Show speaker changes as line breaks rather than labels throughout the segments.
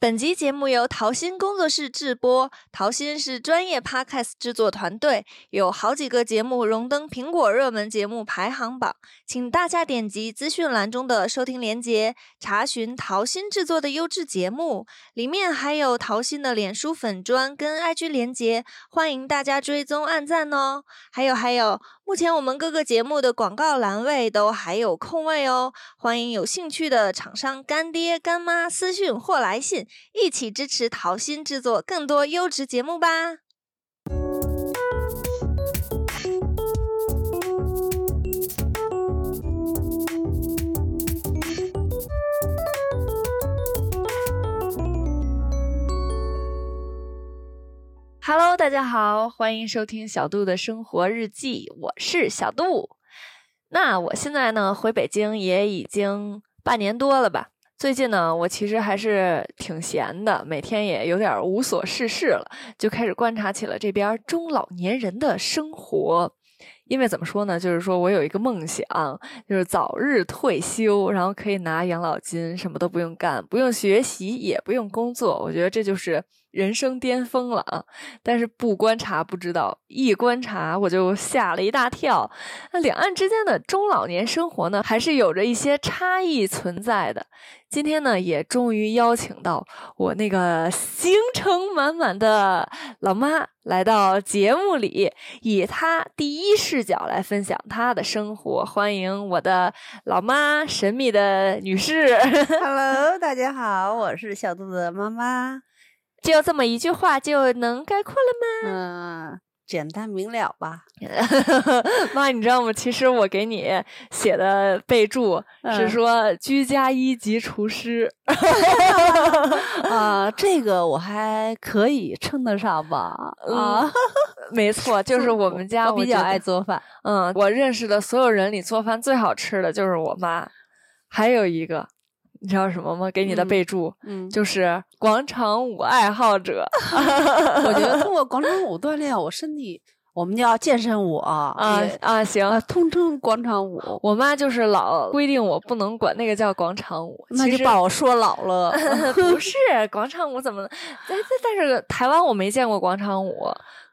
本集节目由桃心工作室制播，桃心是专业 podcast 制作团队，有好几个节目荣登苹果热门节目排行榜，请大家点击资讯栏中的收听链接，查询桃心制作的优质节目，里面还有桃心的脸书粉砖跟 IG 连接，欢迎大家追踪按赞哦。还有还有，目前我们各个节目的广告栏位都还有空位哦，欢迎有兴趣的厂商干爹干妈私讯或来信。一起支持桃心制作更多优质节目吧！Hello，大家好，欢迎收听小杜的生活日记，我是小杜。那我现在呢，回北京也已经半年多了吧。最近呢，我其实还是挺闲的，每天也有点无所事事了，就开始观察起了这边中老年人的生活。因为怎么说呢，就是说我有一个梦想，就是早日退休，然后可以拿养老金，什么都不用干，不用学习，也不用工作。我觉得这就是人生巅峰了啊！但是不观察不知道，一观察我就吓了一大跳。那两岸之间的中老年生活呢，还是有着一些差异存在的。今天呢，也终于邀请到我那个行程满满的老妈来到节目里，以她第一视角来分享她的生活。欢迎我的老妈，神秘的女士。
Hello，大家好，我是小肚子的妈妈。
就这么一句话就能概括了
嗯，简单明了吧？
吗？妈，你知道吗？其实我给你写的备注是
嗯
说居家一级厨师。
啊，这个我还可以称得上吧？ 啊，
没错，嗯就是我们家
我比较爱做饭。
嗯，我认识的所有人里做饭最好吃的就是我妈，还有一个，你知道什么吗？给你的
嗯
备注、
嗯，
就是广场舞爱好者。
我觉得通过广场舞锻炼我身体，我们叫健身舞啊
啊
也
啊，行，
啊，通称广场 舞。
我妈就是老规定我不能管那个叫广场舞，
那
其
就
实
把我说老 了。
不是广场舞怎么？但但但是台湾我没见过广场舞，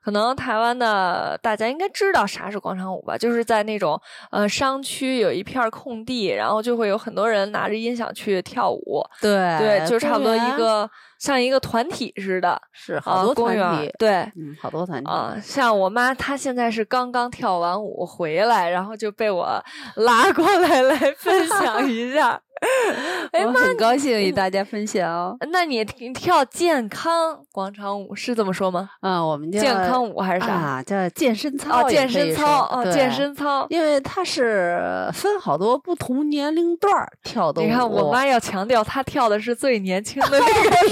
可能台湾的大家应该知道啥是广场舞吧？就是在那种呃商区有一片儿空地，然后就会有很多人拿着音响去跳舞，
对
对，就差不多
哎公
一
园
个像一个团体似的，
是
啊
好多
公
团
园
体，
对。
嗯，好多团体。
啊、像我妈，她现在是刚刚跳完舞回来，然后就被我拉过来来分享一下。哎
我
妈，
很高兴与大家分享。哦
那你你跳健康广场舞是这么说吗？
啊，我们叫
健康舞还是啥？
啊，叫健身操也
哦，
可
健
以说，
身操，哦，
对
健，身操。
因为它是分好多不同年龄段儿跳的舞。
你看，我 妈要强调，她跳的是最年轻的那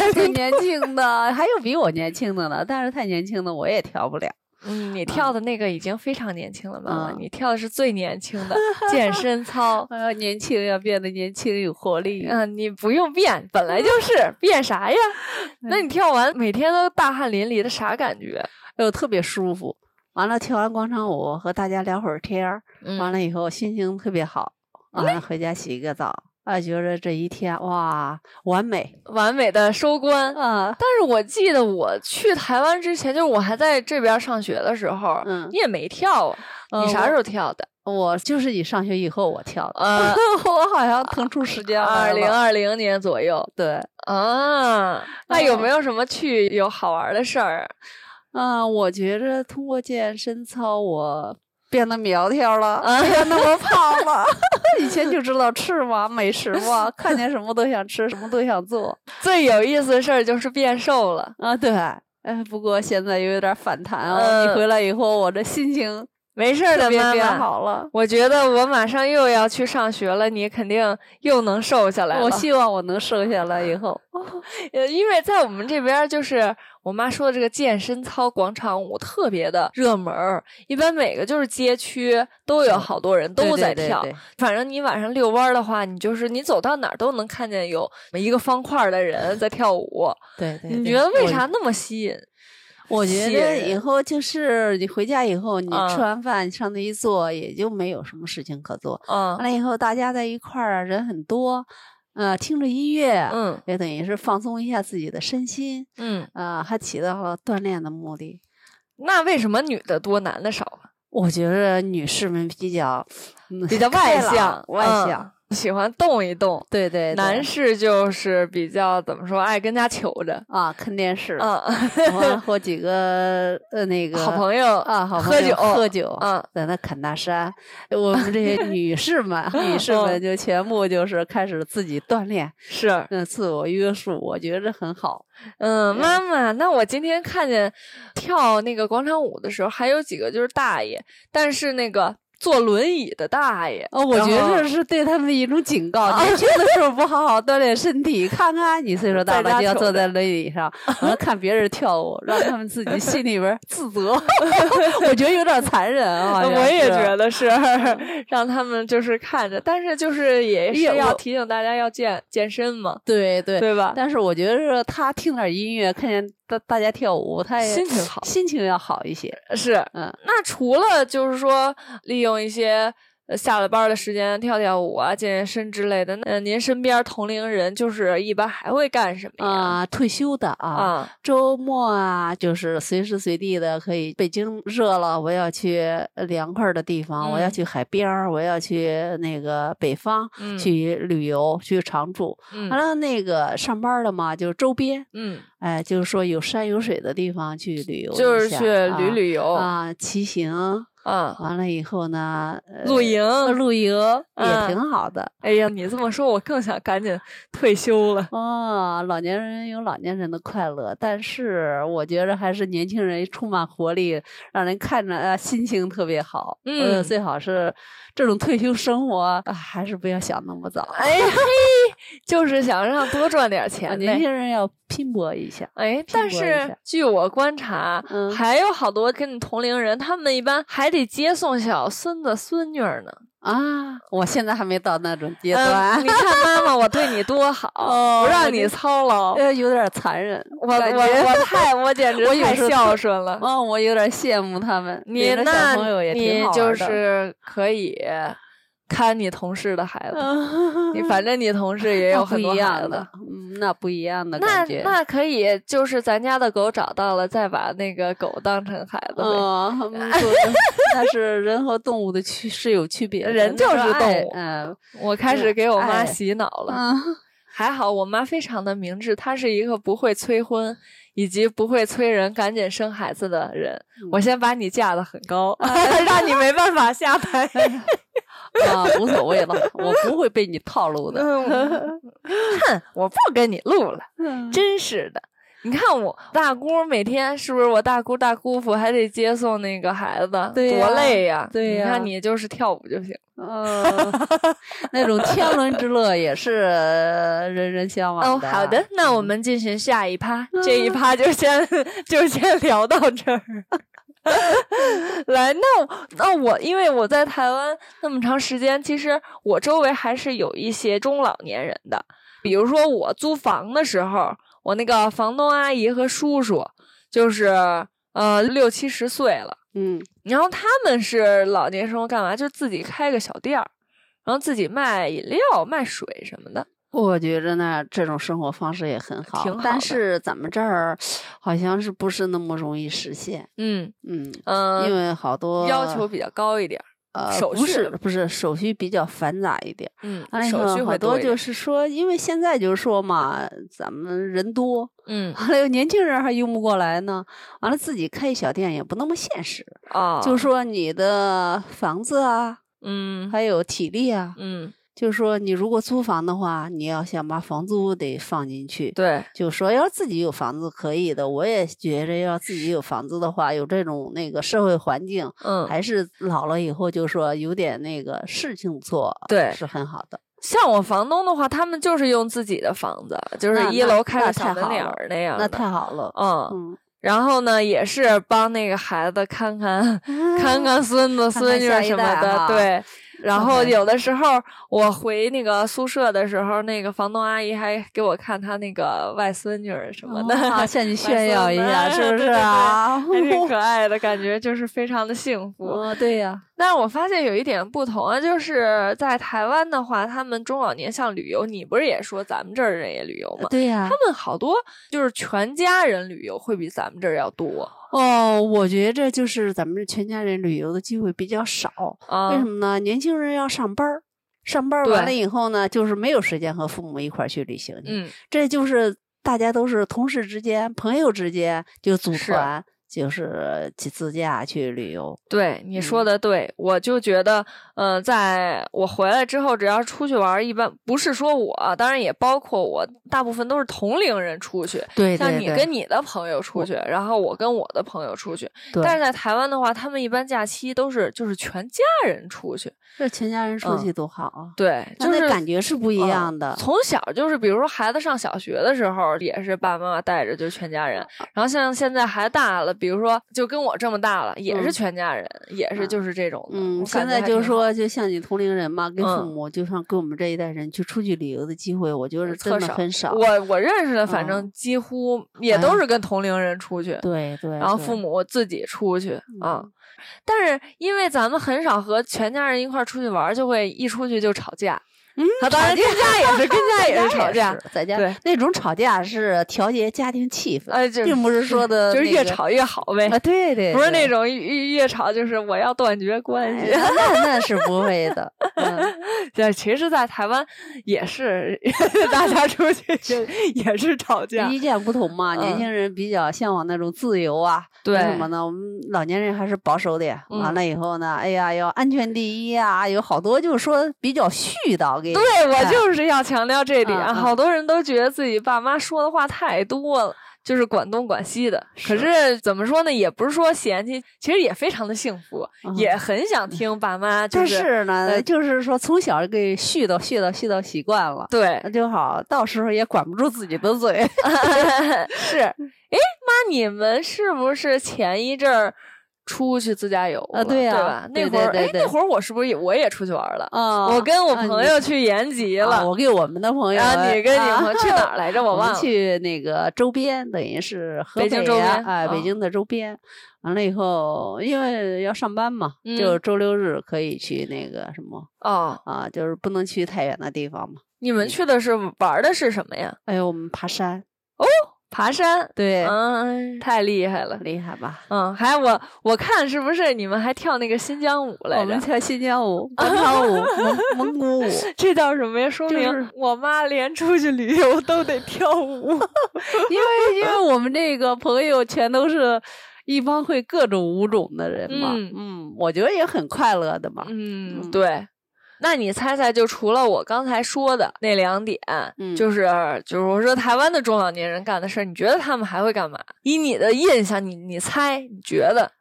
个。
最年轻的，还有比我年轻的呢，但是太年轻的我也跳不了。
嗯，你跳的那个已经非常年轻了，妈妈，
嗯
你跳的是最年轻的健身操。
我要哎年轻，要变得年轻有活力。
嗯，你不用变，本来就是，变啥 呀？那你跳完每天都大汗淋漓的，啥感觉？
又哎特别舒服。完了，跳完广场舞和大家聊会儿天儿，完
嗯，
了以后心情特别好。完了回家洗个澡，啊，觉得这一天哇完美
完美的收官。
啊！
但是我记得我去台湾之前，就是我还在这边上学的时候，
嗯
你也没跳啊？
呃
你啥时
我
候跳的？
我就是你上学以后我跳的，
呃，
我好像腾出时间来
二
了
零二零年左右
对，
啊。那有没有什么去有好玩的事儿？
嗯、我觉着通过健身操我。变得苗条 了，
啊
没有那么胖了。 以前就知道吃嘛，美食 嘛，看见什么都想吃，什么都想做
最有意思的事儿就是变瘦了，
啊。对，哎，不过现在又有点反弹啊。
嗯
你回来以后，我这心情
没事儿
特
的，
别
妈
变
妈。
好了。
我觉得我马上又要去上学了，你肯定又能瘦下来了。
我希望我能瘦下来以后。
呃，因为在我们这边，就是我妈说的这个健身操、广场舞特别的热门儿，一般每个就是街区都有好多人都在
对对对
跳。
对
反正你晚上遛弯儿的话，你就是你走到哪儿都能看见有一个方块儿的人在跳舞。
对对，
你
对
觉得为
我
啥那么吸引？
我觉
吸
得
引
以
人
后就是你回家以后，你
嗯
吃完饭上那一坐，也就没有什么事情可做。
嗯
完了以后，大家在一块儿啊，人很多，呃，听着音乐，
嗯
也等于是放松一下自己的身心，
嗯，
呃，还起到了锻炼的目的。
那为什么女的多，男的少 啊？
我觉得女士们比较、嗯
比较外
开朗
向，
外
嗯
向，，
喜欢动一动。
对对对，
男士就是比较怎么说，爱跟家求着，
啊，看电视，
嗯，
我和几个呃那个
好朋友，
啊，好
喝
朋
酒，
友喝酒，
嗯，
在那砍大山。我们 这些女士们，女士
嗯
们就全部就是开始自己锻炼，
是，
嗯，自我约束，我觉得很好。
嗯，妈妈，那我今天看见跳那个广场舞的时候，还有几个就是大爷，但是那个坐轮椅的大爷，
哦，我觉
然后啊
得这是对他们一种警告。 年轻的时候不好好锻炼身体，看看你岁数大
在家
了就要
瞅
坐
着
在轮椅 上，然后看别人跳舞，让他们自己心里边儿自 责。我觉得有点残忍啊，好像
我也
是
觉得哎是让他们就是看着，但是就是也是
也
要
哎我
提醒大家要健健身嘛，
对对
对吧？
但是我觉得是他听点音乐，看见大大家跳舞，他也
心情好
心情要好一些。
是，
嗯，
那除了就是说利用一些呃下了班儿的时间跳跳舞啊、健健身之类的，那您身边同龄人就是一般还会干什么呀？
啊、退休的啊，
啊，
周末啊，就是随时随地的可以。北京热了，我要去呃凉快儿的地方，我要
嗯
去海边儿，我要去那个北方、
嗯
去旅游，去常住。
嗯
完了，那个上班儿的嘛，就是周边，
嗯，
哎，就是说有山有水的地方去旅游一下，
就是去旅旅游
游啊，骑行。
啊，
完了以后呢，呃
露营。
呃露营
嗯
也挺好的。
哎呀，你这么说，我更想赶紧退休了。
哦，老年人有老年人的快乐，但是我觉得还是年轻人充满活力，让人看着呃心情特别好。呃
嗯
最好是这种退休生活，啊还是不要想那么早。
哎呀，嘿， 就是想让多赚点
啊
钱
年
呗。
轻人要拼搏一下。
哎，但
拼搏一
是
下
据我观察，
嗯
还有好多跟你同龄人，他们一般还得接送小孙子孙女儿呢。
啊，我现在还没到那种阶段，
嗯，你看妈妈，我对你多好，
啊 哦
不
我
让你
就
操劳。
呃，有点残忍。
我我
感觉
我太我简直
我有
太
时候
孝
特
顺了。
哦，我有点羡慕他们。
你
领着
那
小朋友也挺
你
好玩
就
的
是 可以看你同事的孩子， 你反正你同事也
那
有
不
很
一
多
样
孩子
的。，嗯，那不一样的
那
感觉。
那可以，就是咱家的狗找到了，再把那个狗当成孩子呗。
嗯，嗯对那是人和动物的区是有区别的，
人就是
那爱
动物
嗯
我开始给我妈
哎
洗脑了，
嗯，
还好我妈非常的明智，她是一个不会催婚以及不会催人赶紧生孩子的人。
嗯
我先把你架得很 高，让你没办法下台。
啊，无所谓了，我不会被你套路的。
哼，我不跟你录了，
嗯
真是的。你看我大姑每天是不是我大姑大姑父还得接送那个孩子，
对呀
多累呀！
对呀
你看你就是跳舞就行。
嗯， 那种天伦之乐也是人人向往
哦，
的。
好的，那我们进行下一趴，这一趴就先 就先聊到这儿。 来，那我那我因为我在台湾那么长时间，其实我周围还是有一些中老年人的，比如说我租房的时候，我那个房东阿姨和叔叔，就是呃六七十岁了。
嗯，
然后他们是老年生活干嘛？就自己开个小店儿，然后自己卖饮料、卖水什么的。
我觉着呢，这种生活方式也很好，
挺好的
但是咱们这儿好像是不是那么容易实现？
嗯
嗯，
嗯、呃
因为好多
要求比较高一点儿。
呃
手
不
续
是不是手续比较繁杂一点。
嗯
完了以
手
后
续
哎好
会多
多
一
就
点。
是说，因为现在就是说嘛，咱们人多，
嗯
完了有年轻人还用不过来呢，完了自己开一小店也不那么现实，
啊，
就说你的房子啊，
嗯
还有体力啊，
嗯，
就说你如果租房的话，你要想把房租得放进去。
对，
就说要自己有房子可以的，我也觉着要自己有房子的话，有这种那个社会环境，
嗯，
还是老了以后就说有点那个事情做，
对
是很好的。
像我房东的话，他们就是用自己的房子，就是
那
一
那
楼开
那
个小
太
门
好
脸
了
儿那样
那
的
太好了，
嗯，
嗯，
然后呢，也 是帮那个孩子看看看看孙子
看
孙
看
女
下
儿
一
什么
代
的，
哈
对，然
上
后
海
有的时候我回那个宿舍的时候，那个房东阿姨还给我看她那个外孙女儿什么的，
啊，向你炫耀一下，是不是啊？
还挺 可爱的感觉，就是非常的幸福。
哦，对呀、
但是我发现有一点不同啊，就是在台湾的话，他们中老年像旅游，你不是也说咱们这儿人也旅游吗？
对呀、
他们好多就是全家人旅游会比咱们这儿要多
哦，我觉着就是咱们全家人旅游的机会比较少，
啊。
为什么呢？年轻人要上班儿，上班儿
对
完了以后呢，就是没有时间和父母一块儿去旅行去，
嗯，
这就是大家都是同事之间、朋友之间就组
是
团，就是去自驾去旅游。
对，你说
嗯
的对，我就觉得，嗯、在我回来之后，只要出去玩儿，一般不是说我，啊当然也包括我，大部分都是同龄人出去，
对
像你跟你的朋友出去，然后我跟我的朋友出去。
对，
但是在台湾的话，他们一般假期都是就是全家人出去，
这全家人出
嗯
去多好啊！
对，
那
就
那
是
感觉是不一
嗯
样的
从小就是，比如说孩子上小学的时候，也是爸爸妈妈带着，就全家
啊
人。然后像现在还大了，比如说就跟我这么大了，也是
嗯
全家人，也是就是这种的。
嗯，
我
现
感觉
在
还
就是
挺好
说，就像你同龄人嘛，跟父
嗯
母，就像跟我们这一代人去出去旅游的机会，我觉得真
呃特
的
少
很少。
我我认识的，反正
嗯
几乎也
哎
都是跟同龄人出去，
对对，
然后
对
父 母自己出去啊。
嗯
但是因为咱们很少和全家人一块儿出去玩儿，就会一出去就吵架。
嗯
啊，当然跟家也 是，跟家也是吵架。，
在家
对
那种吵架是调节家庭气氛，
哎，就
并 不是说的
就是
那
越
个
吵越好呗。
啊，对对，
不是那
对。
种越越吵，就是我要断绝关
哎
系。
那那是不会的， 嗯
对，其实，在台湾也是 大家出 去就也是吵架。
意见不同嘛。年
嗯
轻人比较向往那种自由啊，
对
为什么呢？我们老年人还是保守点。
嗯
完了以后呢，哎呀，要安全第一啊，有好多就是说比较絮叨，给
对我就是要强调这点，
哎嗯嗯
好多人都觉得自己爸妈说的话太多了。就是管东管西的，可是怎么说呢？也不是说嫌弃，其实也非常的幸福，
嗯
也很想听爸妈。就
但
是
是呢，
呃
就是说从小给絮叨絮叨絮叨习惯了，
对，
那就好，到时候也管不住自己的 嘴。
是。哎，妈，你们是不是前一阵儿出去自驾游
啊
了
对
对
啊
吧？那
对
会儿，
对对
哎，
对
那会儿我是不是也我也出去玩了？
啊
嗯我跟我朋友
啊
去延吉
你
了，
啊我跟我们的朋友，
然后你跟你朋友去哪
啊
儿来着？我
们
忘了。哦
去那个周边，等于是河
北
北
京周
啊
边
哎，
啊
北京的周边。完了以后，因为要上班嘛，
嗯
就周六日可以去那个什么
哦，
啊，就是不能去太远的地方嘛。
你们去的是玩的是什么呀？
哎呦，我们爬山，
爬山。
对，
嗯，太厉害了。
厉害吧？
嗯，还我我看是不是你们还跳那个新疆舞来
我
着
们？跳新疆舞、广场舞、蒙蒙 古舞，
这叫什么呀？说
就
明
是
我妈连出去旅游都得跳舞。
因为因为我们这个朋友全都是一帮会各种舞种的人嘛，
嗯
嗯我觉得也很快乐的嘛。
嗯，
嗯
对。那你猜猜，就除了我刚才说的那两点，
嗯
就是就是我说台湾的中老年人干的事儿，你觉得他们还会干嘛？以你的印象，你你猜，你觉 得？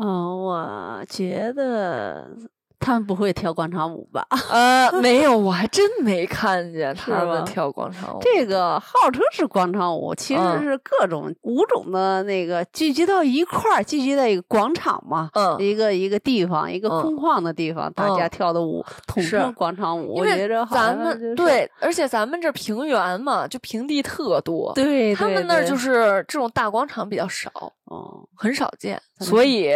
嗯，我觉得他们不会跳广场舞吧？
呃，没有，我还真没看见
是
他们
吗
跳广场舞。
这个号称是广场舞，其
嗯
实是各种舞种的那个聚集到一块儿，聚集在一个广场嘛。
嗯，
一个一个地方，一个
嗯
空旷的地方，大家
嗯
跳的舞，统
是
称广场舞。
因
我觉
为
着好
咱
像就是
们对，而且咱们这平原嘛，就平地特多，
对，
他们
对
那儿
对
就是这种大广场比较少。
哦，
很少见，
咱
所
们
以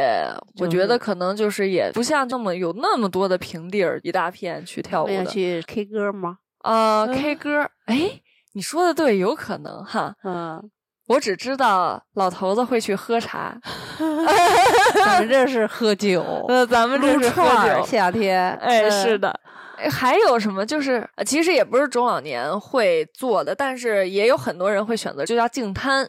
我
就
觉得
是
可能就是也不像那么有那么多的平地儿一大片去跳舞
们要
的。
哎去 K 歌吗？
呃
嗯
，K 歌，哎，你说的对，有可能哈。
嗯，
我只知道老头子会去喝茶，
咱们这是喝 酒，
呃，咱们这
哦撸
是喝
串儿，
酒。
夏天，
哎，是
嗯，
的。哎还有什么？就是呃其实也不是中老年会做的，但是也有很多人会选择，就叫净滩。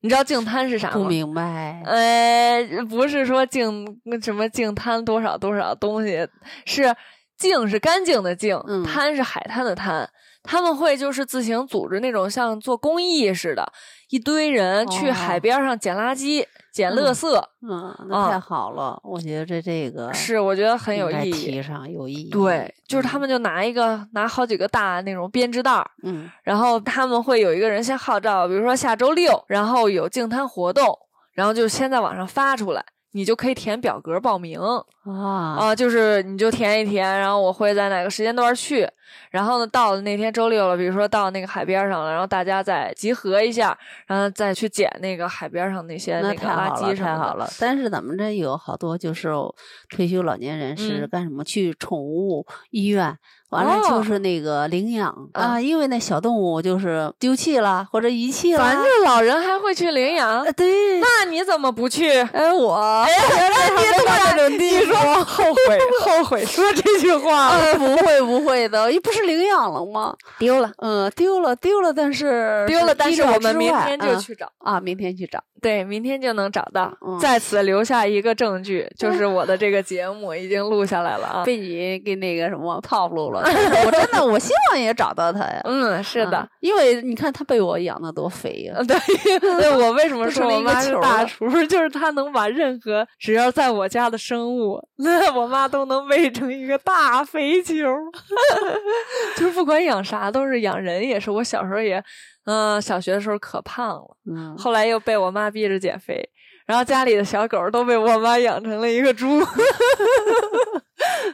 你知道净滩是啥
不
吗？
明白，
呃，不是说净什么净滩多少多少东西，是净是干净的净，
嗯
滩是海滩的滩。他们会就是自行组织那种像做公益似的，一堆人去
哦
海边上捡垃圾、捡垃
嗯
圾，
嗯，
啊
那太好了，我觉得这这个
是我觉得很有
应该
意义。
提上有意义，
对，就是他
嗯，
们就拿一个拿好几个大那种编织袋儿，
嗯，
然后他们会有一个人先号召，比如说下周六，然后有净滩活动，然后就先在网上发出来，你就可以填表格报名
啊，
啊，就是你就填一填，然后我会在哪个时间段去，然后呢，到了那天周六了，比如说到那个海边上了，然后大家再集合一下，然后再去捡那个海边上那些
那
个
太好
垃圾
了，
什么
太
的。
好了。但是咱们这有好多就是退休老年人是
嗯
干什么？去宠物医院，完了
哦
就是那个领养、
嗯
啊，因为那小动物就是丢弃了或者遗弃了。
咱这老人还会去领养
啊，， 对，
那你怎么不去？
哎我。
你
突然
你说 哦后悔后 悔说这句话了，
呃，不会不会的，又不是领养了吗？
丢了
嗯，丢了丢了，但是
丢了，但
意
是
料
我们
之
明
外
天就
嗯
去找，
啊，明天去找。
对，明天就能找到。
嗯
在此留下一个证据，就是我的这个节目已经录下来了啊。
被你给那个什么套路了。 我真的，我希望也找到他呀。
嗯，是的
嗯，因为你看他被我养的多肥呀、
呃对，对我为什么
都
说
成了
我
一个
妈是
球
大
了
厨，就是她能把任何只要在我家的生物，那我妈都能喂成一个大肥球。 就是不管养啥，都是养人也是。我小时候也，嗯、小学的时候可胖了。
嗯，
后来又被我妈逼着减肥，然后家里的小狗都被我妈养成了一个猪。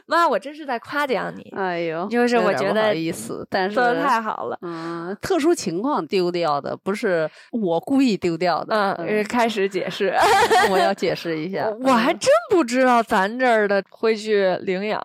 妈，我真是在夸奖你，
哎呦，
就是
有
我
点
觉
不好
得
意思，但是
说的太好了。
嗯，特殊情况丢掉的，不是我故意丢掉
嗯，
的。
呃开始解释，，
我要解释一下
我还
嗯
真不知道咱这儿的会去领养，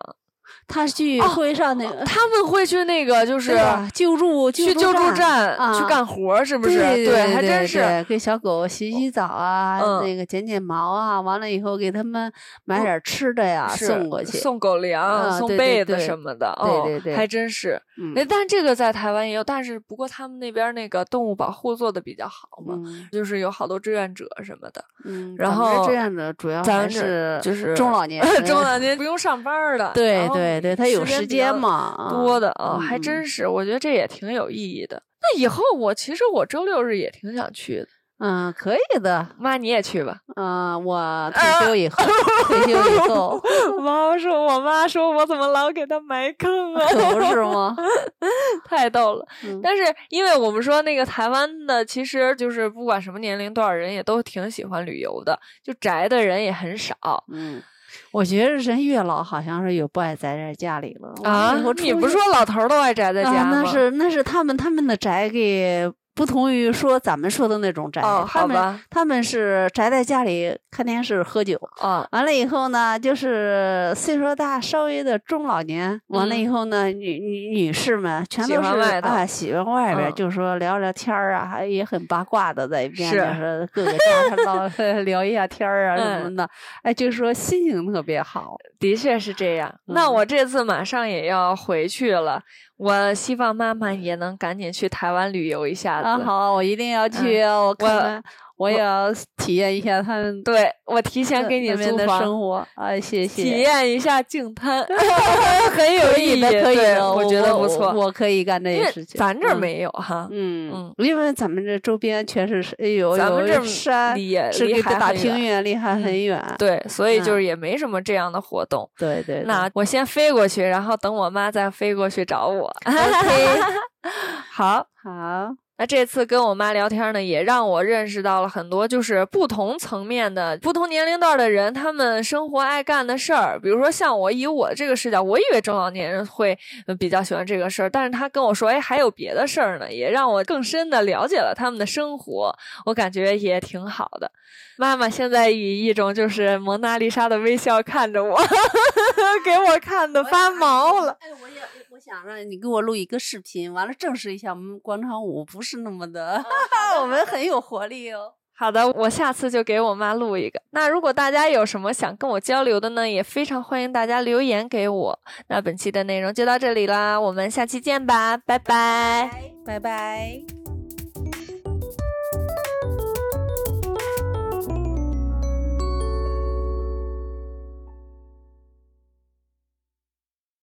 他去
哦
会上那个、
他们会去那个就是
对吧救助
去救助
站。
站去
啊
干活儿，是不是？
对
还
对
真是。
对给小狗洗洗澡啊，
嗯
那个剪剪毛啊，完了以后给他们买点吃的呀，
啊是
哦送过去。
送狗粮、
啊
送
对对
被子
对
什么的，
对
哦
对对
还真是。
嗯
哎，但这个在台湾也有，但是不过他们那边儿那个动物保护做的比较好嘛，
嗯
就是有好多志愿者什么的，
嗯，
然
咱们
后
这样的主要
咱
还
这
是
就是
中老年 人
中老年不用上班儿的，
对
然后
对对，他有时
比较
间嘛，
多
的
的啊、还
嗯
真是，我觉得这也挺有意义的。那以后我其实我周六日也挺想去的，
嗯，可以的，
妈你也去吧。
嗯，我退休以后，退休以 后
妈说，我妈说我怎么老给她埋坑啊？
可不是吗？
太逗了。
嗯
但是因为我们说那个台湾的，其实就是不管什么年龄段儿人也都挺喜欢旅游的，就宅的人也很少。
嗯， 我觉得人越老好像是越不爱宅在家里了
啊
我以后，
你
出
不
去
是说老头儿都爱宅在家吗？
啊，那是那是他们他们的宅给不同于说咱们说的那种宅，
哦好
他们
吧
他们是宅在家里看电视喝酒。
啊，
完了以后呢，就是岁数大稍微的中老年，完了以后呢，女女女士们全
嗯喜
都是
欢外头
啊，喜欢外边，
嗯
就说聊聊天儿啊，还也很八卦的，在一边
是
就是各个 家唠聊一下天儿啊什
嗯
么的，哎，就说心情特别好。
的确是这样。那
嗯
我这次马上也要回去了，我希望妈妈也能赶紧去台湾旅游一下子。
啊，好，我一定
嗯
要去，我看看，我也要体验一下他们
对我提前
那
给你
那边
租
的
房，
生活。哎，谢谢，
体验一下净 滩，很有
可
意
以
义，
的，可以
对
的，
我觉得不错。
我可以干这
因
些
为
事情。
咱这儿
嗯
没有哈，
嗯，因为咱们这周边全是山，哎呦，
咱们
有
这儿
山
离也
是
离
给
海
它打
很
平
远
原，离海
嗯
很远。
对，所以就是
嗯
也没什么这样的活动。
对对，
那我先飞过去，然后等我妈再飞过去找 我。好，
好，
那这次跟我妈聊天呢，也让我认识到了很多，就是不同层面的、不同年龄段的人，他们生活爱干的事儿。比如说，像我以我这个视角，我以为中老年人会呃比较喜欢这个事儿，但是他跟我说，哎，还有别的事儿呢，也让我更深的了解了他们的生活，我感觉也挺好的。妈妈现在以一种就是蒙娜丽莎的微笑看着我， 给我看的发毛了。
哎，我也我想让你给我录一个视频，完了证实一下我们广场舞不是那么哦 的，我们很有活力哦。
好的，我下次就给我妈录一个。那如果大家有什么想跟我交流的呢，也非常欢迎大家留言给我。那本期的内容就到这里啦，我们下期见吧，拜拜
拜拜。